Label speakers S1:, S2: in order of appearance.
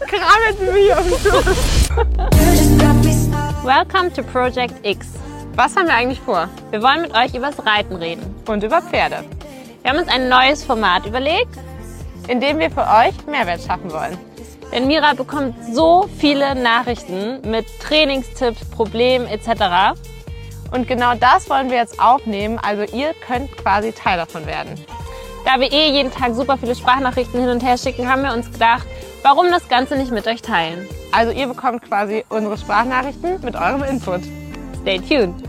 S1: krabbelt mich um. Welcome to Project X.
S2: Was haben wir eigentlich vor?
S1: Wir wollen mit euch übers Reiten reden.
S2: Und über Pferde.
S1: Wir haben uns ein neues Format überlegt,
S2: in dem wir für euch Mehrwert schaffen wollen.
S1: Denn Mira bekommt so viele Nachrichten mit Trainingstipps, Problemen etc.
S2: Und genau das wollen wir jetzt aufnehmen. Also ihr könnt quasi Teil davon werden.
S1: Da wir eh jeden Tag super viele Sprachnachrichten hin und her schicken, haben wir uns gedacht, warum das Ganze nicht mit euch teilen.
S2: Also ihr bekommt quasi unsere Sprachnachrichten mit eurem Input.
S1: Stay tuned!